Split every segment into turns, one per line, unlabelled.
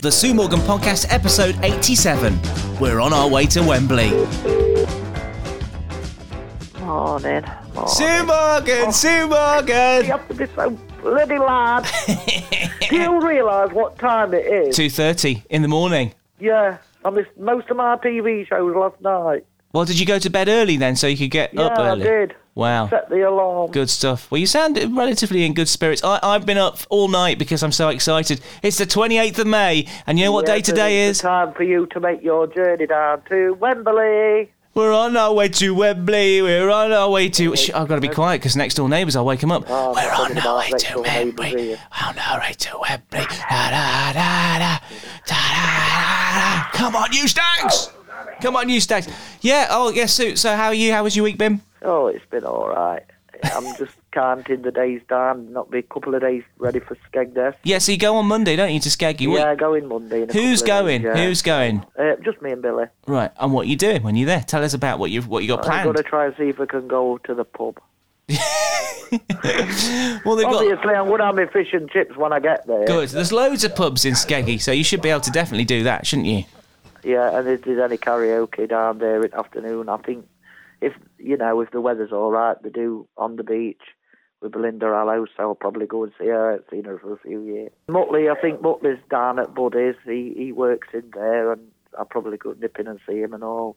The Sue Morgan Podcast, episode 87. We're on our way to Wembley.
Morning. Morning.
Sue Morgan, Sue
You
Morgan!
have to be so bloody loud. Do you realise what time it is?
2.30 in the morning.
Yeah, I missed most of my TV shows last night.
Well, did you go to bed early then so you could get up
yeah,
early?
I did.
Wow.
Set the alarm.
Oh, Good stuff. Well, you sound relatively in good spirits. I, I've been up all night because I'm so excited. It's the 28th of May, and you know what
Yeah,
day
but
today
it's
is?
the time for you to make your journey down to Wembley.
We're on our way to Wembley. We're on our way to. Shh, I've got to be quiet because next door neighbours, I'll wake them up.
Oh,
We're on
I'm talking
our
about
way
next
to
door neighbours,
Wembley.
yeah.
On our way to Wembley. Da, da, da, da, da, da, da. Come on, you stags! Come on, you stags! Yeah. Oh, yes. So, so how are you? How was your week, Bim?
Oh, it's been all right. I'm just counting the days down, not be a couple of days ready for Skegdeath.
Yeah. So you go on Monday, don't you, to Skeggy? What-
Yeah, going Monday. In a
Who's
couple of
going?
Days, yeah.
Who's going?
Uh, just me and Billy.
Right. And what you doing when you're there? Tell us about what you what you got
I'm going
planned.
to try and see if I can go to the pub.
Well, they've got.
Obviously, I'm going to have my fish and chips when I get there.
Good. There's loads of pubs in Skeggy, so you should be able to definitely do that, shouldn't you?
Yeah, and if there's any karaoke down there in the afternoon, I think if you know if the weather's all right, they do on the beach with Belinda Allo, so I'll probably go and see her. I haven't seen her for a few years. Muttley, I think Muttley's down at Buddy's. He he works in there, and I'll probably go nip in and see him and all.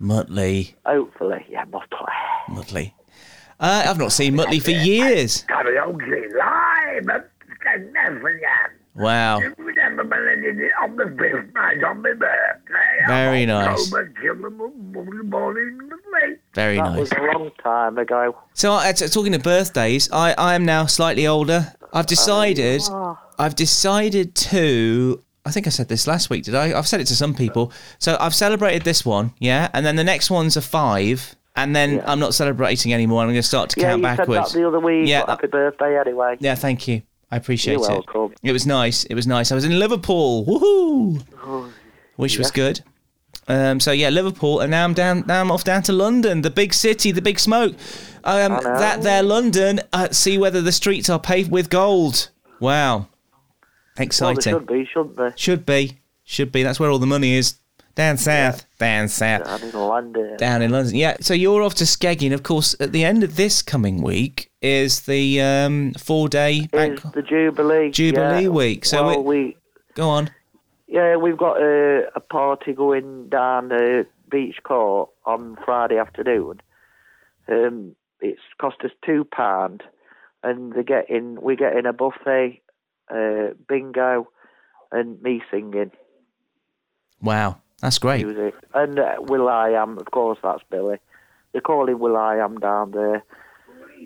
Muttley.
Hopefully, yeah, Muttley.
Muttley. Uh, I've not seen Muttley for years.
karaoke live at Scandinavian.
Wow.
Remember when I did it on the fifth night on my birthday?
Very nice.
October, Killamore morning was late.
Very
That
nice.
was a long time ago.
So, uh, t- talking of birthdays, I, I am now slightly older. I've decided.
Oh,
I've decided to. I think I said this last week, did I? I've said it to some people. So I've celebrated this one, yeah, and then the next one's a five, and then I'm not celebrating anymore. I'm going to start to
Yeah,
count
you
backwards.
said that the other week.
Yeah,
but
that-
happy birthday anyway.
yeah, thank you. I appreciate
You're
it.
welcome.
It was nice. It was nice. I was in Liverpool. Woohoo!
Oh,
Which was good. Um, so yeah, Liverpool, and now I'm down. Now I'm off down to London, the big city, the big smoke. Um,
know.
that there, London. Uh, see whether the streets are paved with gold. Wow,
Well, they
exciting.
should be, shouldn't they?
should be, should be. That's where all the money is. Down south, down south,
I didn't land it.
down in London. Yeah. So you're off to Skegging, of course. At the end of this coming week is the um, four-day bank.
It's the Jubilee.
Jubilee
yeah.
week, so
well,
it-
we
Go on.
yeah we've got a, a party going down the beach court on Friday afternoon. Um, it's cost us two pound, and they're getting we're getting a buffet, uh, bingo, and me singing
Wow, that's great.
music, and uh, Will I Am of course that's Billy. They call him Will I Am down there.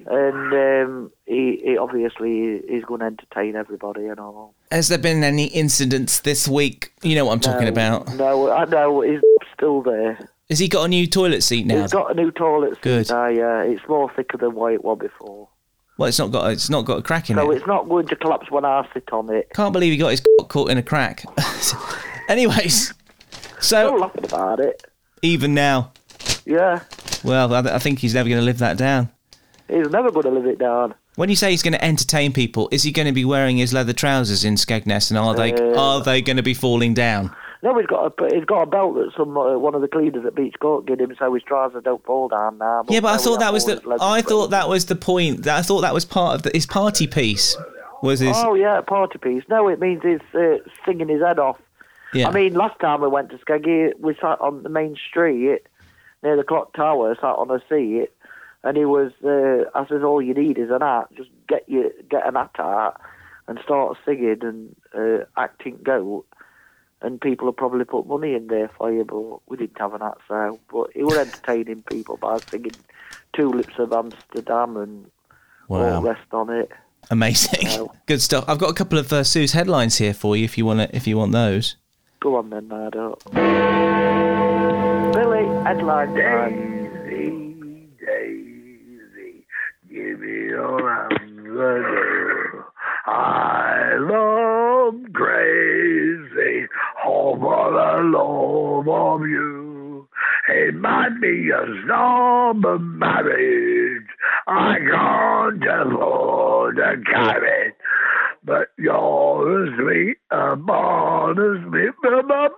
And um, he, he obviously is going to entertain everybody and all.
Has there been any incidents this week? You know what I'm talking
No,
about.
Um, No, I know he's still there.
Has he got a new toilet seat now?
He's got a new toilet seat
Good.
now, yeah. It's more thicker than what it was before.
well, it's not got. It's not got a crack in
So
it.
it's not going to collapse when I sit on it.
Can't believe he got his caught in a crack. Anyways,
Don't
so
laugh about it.
even now,
Yeah.
well, I, I think he's never going to live that down.
He's never going to live it down.
When you say he's going to entertain people, is he going to be wearing his leather trousers in Skegness, and are they
Uh,
are they going to be falling down?
No, he's got a he's got a belt that some uh, one of the cleaners at Beach Court gave him, so his trousers don't fall down now.
Yeah, but I
now we
thought that
have
was
all
the
his legs
I
spread.
thought that was the point. That- I thought that was part of the, his party piece. Was his?
Oh yeah, party piece. No, it means he's uh, singing his head off.
yeah.
I mean, last time we went to Skaggy, we sat on the main street near the clock tower, sat on a seat, and he was. Uh, I says, "All you need is an hat. Just get you get an hat out and start singing and uh, acting goat." And people have probably put money in there for you, but we didn't have an hat sale. But he was entertaining people by singing "Tulips of Amsterdam" and all the
wow.
rest on it.
Amazing.
No.
Good stuff. I've got a couple of uh, Sue's headlines here for you if you want to, if you want those.
Go on then, lad up. Billy, headline time.
Daisy, Daisy, give me your answer. I love crazy, all for the love of you. It might be a sober marriage. I can't afford to carry but you're as sweet a born as me from a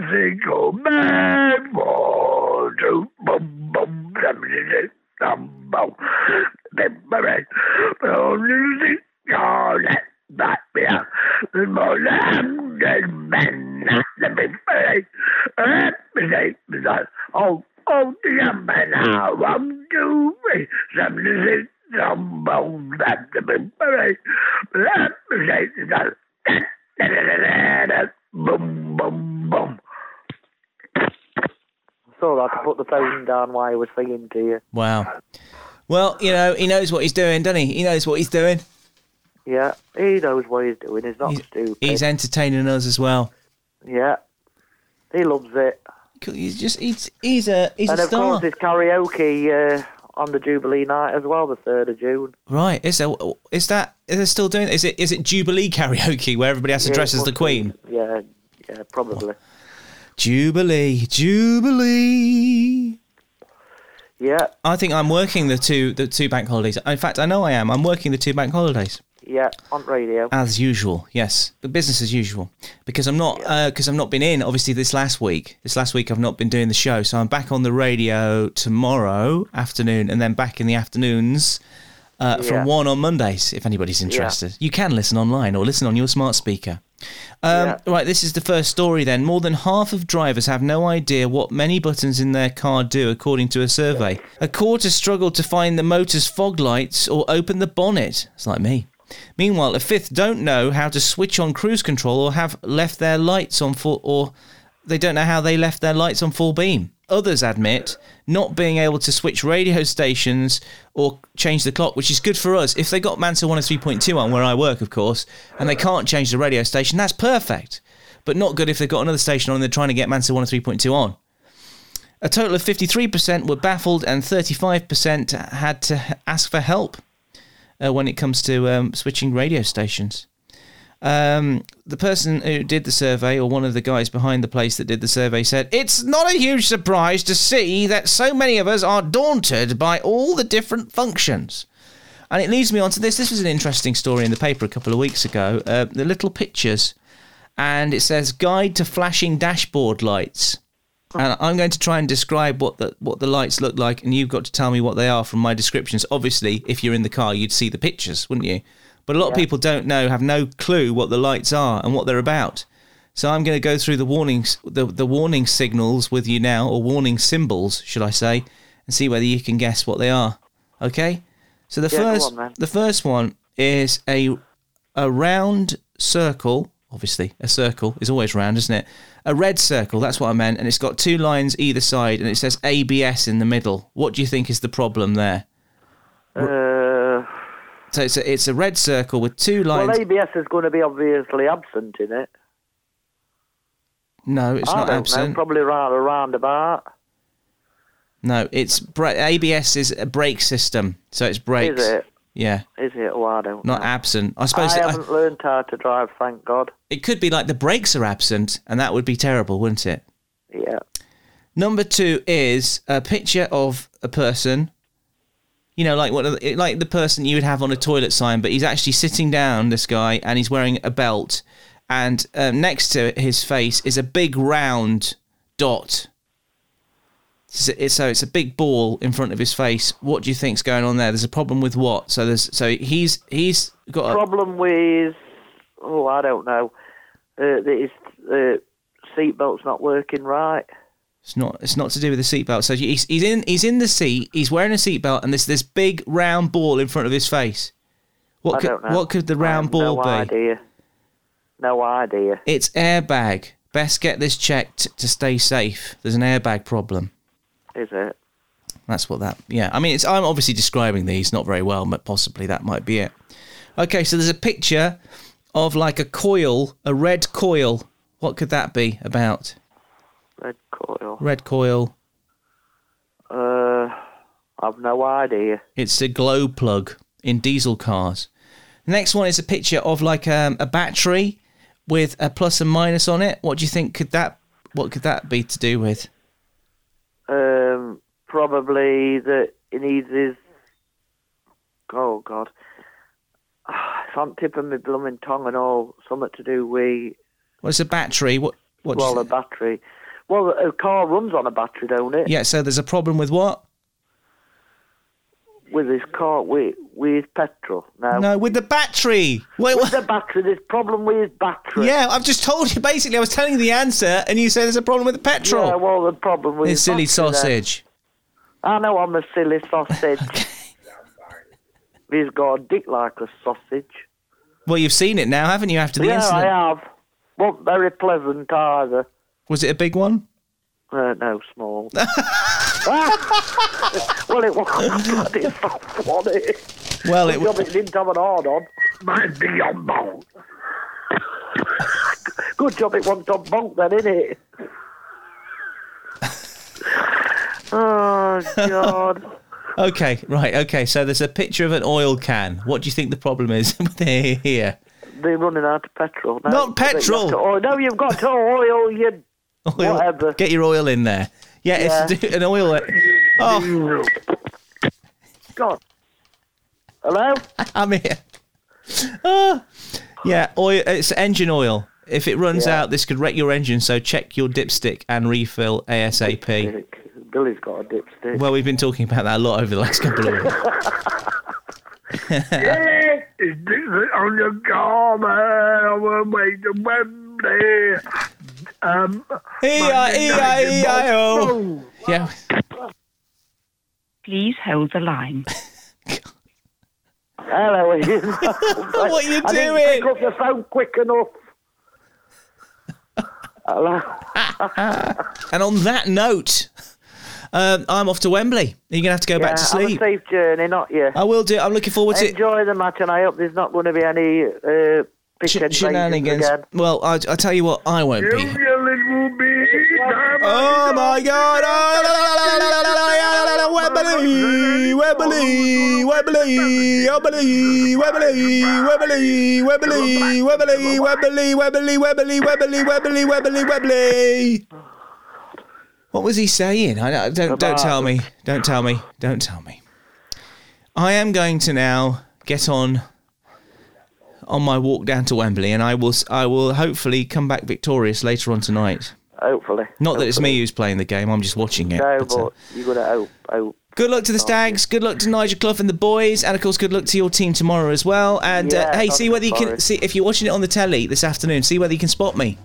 bicycle man. One, two, bum, bum, seven, six, um, bum, bim, bim, bim. Oh, you see, oh, that, that, yeah. The more lamb than men, not the big face. That mistake was I. Oh, oh, dear man, how I'm doing. Seven, six, some bones that the big face. That mistake was I. Da, da, da, da, da, Boom, boom, boom.
So I could put the phone down while I was singing to you.
Wow. Well, you know, he knows what he's doing, doesn't he? He knows what he's doing.
Yeah, he knows what he's doing. He's not
He's-
stupid.
He's entertaining us as well.
yeah, he loves it.
He's just he's he's a he's
and
a
of
star.
course, there's karaoke uh, on the Jubilee night as well, the third of June.
Right. Is there is that is it still doing is it is it Jubilee karaoke where everybody has to
Yeah,
dress
it
as the
must
Queen?
be. Yeah, yeah, probably.
Jubilee, Jubilee.
Yeah,
I think I'm working the two the two bank holidays. In fact, I know I am. I'm working the two bank holidays
yeah, on radio.
as usual. Yes, the business as usual because I'm not because I've not been in. Obviously, this last week, this last week I've not been doing the show, so I'm back on the radio tomorrow afternoon, and then back in the afternoons. Uh,
Yeah.
From one on Mondays, if anybody's interested, you can listen online or listen on your smart speaker. Um,
Yeah.
Right, this is the first story then. More than half of drivers have no idea what many buttons in their car do, according to a survey. A quarter struggled to find the motor's fog lights or open the bonnet. It's like me. Meanwhile, a fifth don't know how to switch on cruise control or have left their lights on full, or they don't know how they left their lights on full beam. Others admit not being able to switch radio stations or change the clock, which is good for us. If they got oh Mansell 103.2 on where I work, of course, and they can't change the radio station, that's perfect. But not good if they've got another station on and they're trying to get oh Mansell 103.2 on. A total of 53% were baffled and 35% had to h- ask for help uh, when it comes to um, switching radio stations. Um, the person who did the survey, or one of the guys behind the place that did the survey, said, It's not a huge surprise to see that so many of us are daunted by all the different functions. And it leads me on to this. This was an interesting story in the paper a couple of weeks ago. Uh, the little pictures. And it says, Guide to Flashing Dashboard Lights. And I'm going to try and describe what the what the lights look like, and you've got to tell me what they are from my descriptions. Obviously, if you're in the car, you'd see the pictures, wouldn't you? But a lot of people don't know, have no clue what the lights are and what they're about. So I'm going to go through the warnings, the, the warning signals with you now, or warning symbols, should I say, and see whether you can guess what they are. Okay. So the
Yeah, go
first
on, man.
the first one is a a round circle. Obviously, a circle is always round, isn't it? A red circle, that's what I meant, and it's got two lines either side, and it says ABS in the middle. What do you think is the problem there?
Uh,
So it's a, it's a red circle with two lines.
well, ABS is going to be obviously absent in it.
no, it's
I
not
don't
absent.
Know, probably around a roundabout.
No, it's bra- ABS is a brake system, so it's brakes.
Is it?
Yeah,
Is it? Oh, I don't.
not
know.
absent. I
I
suppose it,
haven't learned how to drive, thank God.
it could be like the brakes are absent, and that would be terrible, wouldn't it?
Yeah.
Number two is a picture of a person. You know, like what, like the person you would have on a toilet sign, but he's actually sitting down. This guy, and he's wearing a belt, and um, next to his face is a big round dot. So it's, so it's a big ball in front of his face. What do you think's going on there? There's a problem with what? So there's so he's he's got a,
Problem with, oh, I don't know, uh, that his uh, seatbelt's not working right.
It's not. It's not to do with the seatbelt. So he's, he's in. He's in the seat. He's wearing a seatbelt, and there's this big round ball in front of his face. What
I
could
don't know.
what could the round
I have
ball
no
be?
idea. No idea.
It's airbag. Best get this checked to stay safe. There's an airbag problem.
Is it?
That's what that. Yeah, I mean, it's. I'm obviously describing these not very well, but possibly that might be it. Okay, so there's a picture of like a coil, a red coil. What could that be about?
Red coil.
Red coil.
Uh, I've no idea.
It's a glow plug in diesel cars. The next one is a picture of like um, a battery with a plus and minus on it. What do you think could that? What could that be to do with?
Um, probably that he needs his. Oh God. Ah, it's on tip of my blooming tongue and all, something to do with
Well, it's a battery. What? What? do you
well a
say?
battery. Well, a car runs on a battery, don't it?
yeah. So there's a problem with what?
With his car, with with petrol. Now,
No, with the battery. Wait,
Uh, with
what?
the battery, there's problem with his battery.
Yeah, I've just told you. Basically, I was telling you the answer, and you said there's a problem with the petrol.
Yeah, well, the problem with
it's
his
silly
battery then.
sausage.
I know I'm a silly sausage. He's got a dick like a sausage.
Well, you've seen it now, haven't you? After the
yeah,
incident,
I have. Wasn't very pleasant either.
was it a big one?
Uh, no, small. Ah! well, it was bloody soft, wasn't it?
Well, it
Job
was.
it didn't have an hard on.
Might be your mouth.
Good job it wasn't on bolt then, innit? oh, God.
Okay, right. Okay, so there's a picture of an oil can. What do you think the problem is with here?
They're running out of petrol now.
Not petrol.
You've got to oil. No, you've got to oil your
Oil.
Whatever.
Get your oil in there. Yeah, it's to do- an oil. uh, Oh,
God. Hello?
I'm here. Ah. yeah, oil. It's engine oil. If it runs
Yeah.
out, this could wreck your engine. So check your dipstick and refill ASAP.
Billy's got a dipstick.
Well, we've been talking about that a lot over the last couple of weeks.
Yes, it's different on your garment on the way to Wembley. Um,
E E-I-E-I-E-I-O. E oh. Yeah.
Please hold the line.
Hello, Ian. what
are you
I
doing?
Didn't pick up the phone quick enough. Hello.
And on that note, um, I'm off to Wembley. You're going to have to go back to
Yeah,
sleep.
Uh, Have a safe journey, not you.
I will do. it. I'm looking forward to it.
Enjoy the match, and I hope there's not going to be any uh,
Sh-
pick and
shenanigans.
again.
Well, I, I tell you what, I won't be.
Julian will be
Oh my God! Oh, la, la, la, la, la, la, la, la, la, la, la, Wembley, Wembley, Wembley, Wembley, Wembley, Wembley, Wembley, Wembley, Wembley, Wembley, Wembley, Wembley, Wembley, Wembley, Wembley. What was he saying? I I don't don't tell me. Don't tell me. Don't tell me. I am going to now get on on my walk down to Wembley, and I will s- I will hopefully come back victorious later on tonight.
Hopefully.
Not that it's me who's playing the game, I'm just watching it.
No,
but, uh,
but you're going to hope. hope.
good luck to the Stags, good luck to Nigel Clough and the boys, and of course good luck to your team tomorrow as well. And uh,
Yeah,
hey, see
Nottingham
whether you can
Forest.
see if you're watching it on the telly this afternoon, see whether you can spot me.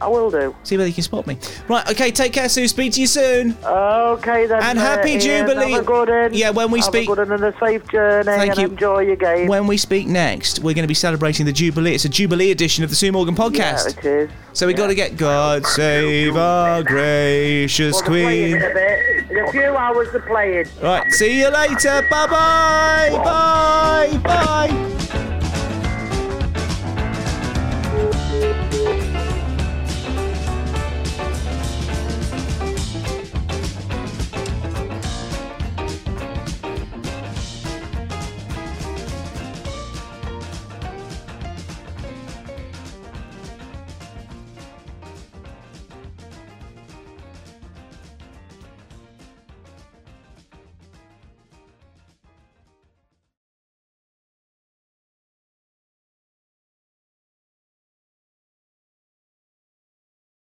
I will do.
See whether you can spot me. Right, okay, take care, Sue. Speak to you soon.
Okay then.
And
uh,
happy
Ian,
Jubilee.
Have a good one.
Yeah, when we
Have
speak-
A good one and a safe journey.
Thank
and
you.
Enjoy your game.
When we speak next, we're going to be celebrating the Jubilee. It's a Jubilee edition of the Sue Morgan
yeah,
podcast.
it is.
so we got to get God save our gracious
Well, they're playing
Queen.
in a bit. In a few hours, they're playing.
Right, see you later. Bye bye. Bye bye.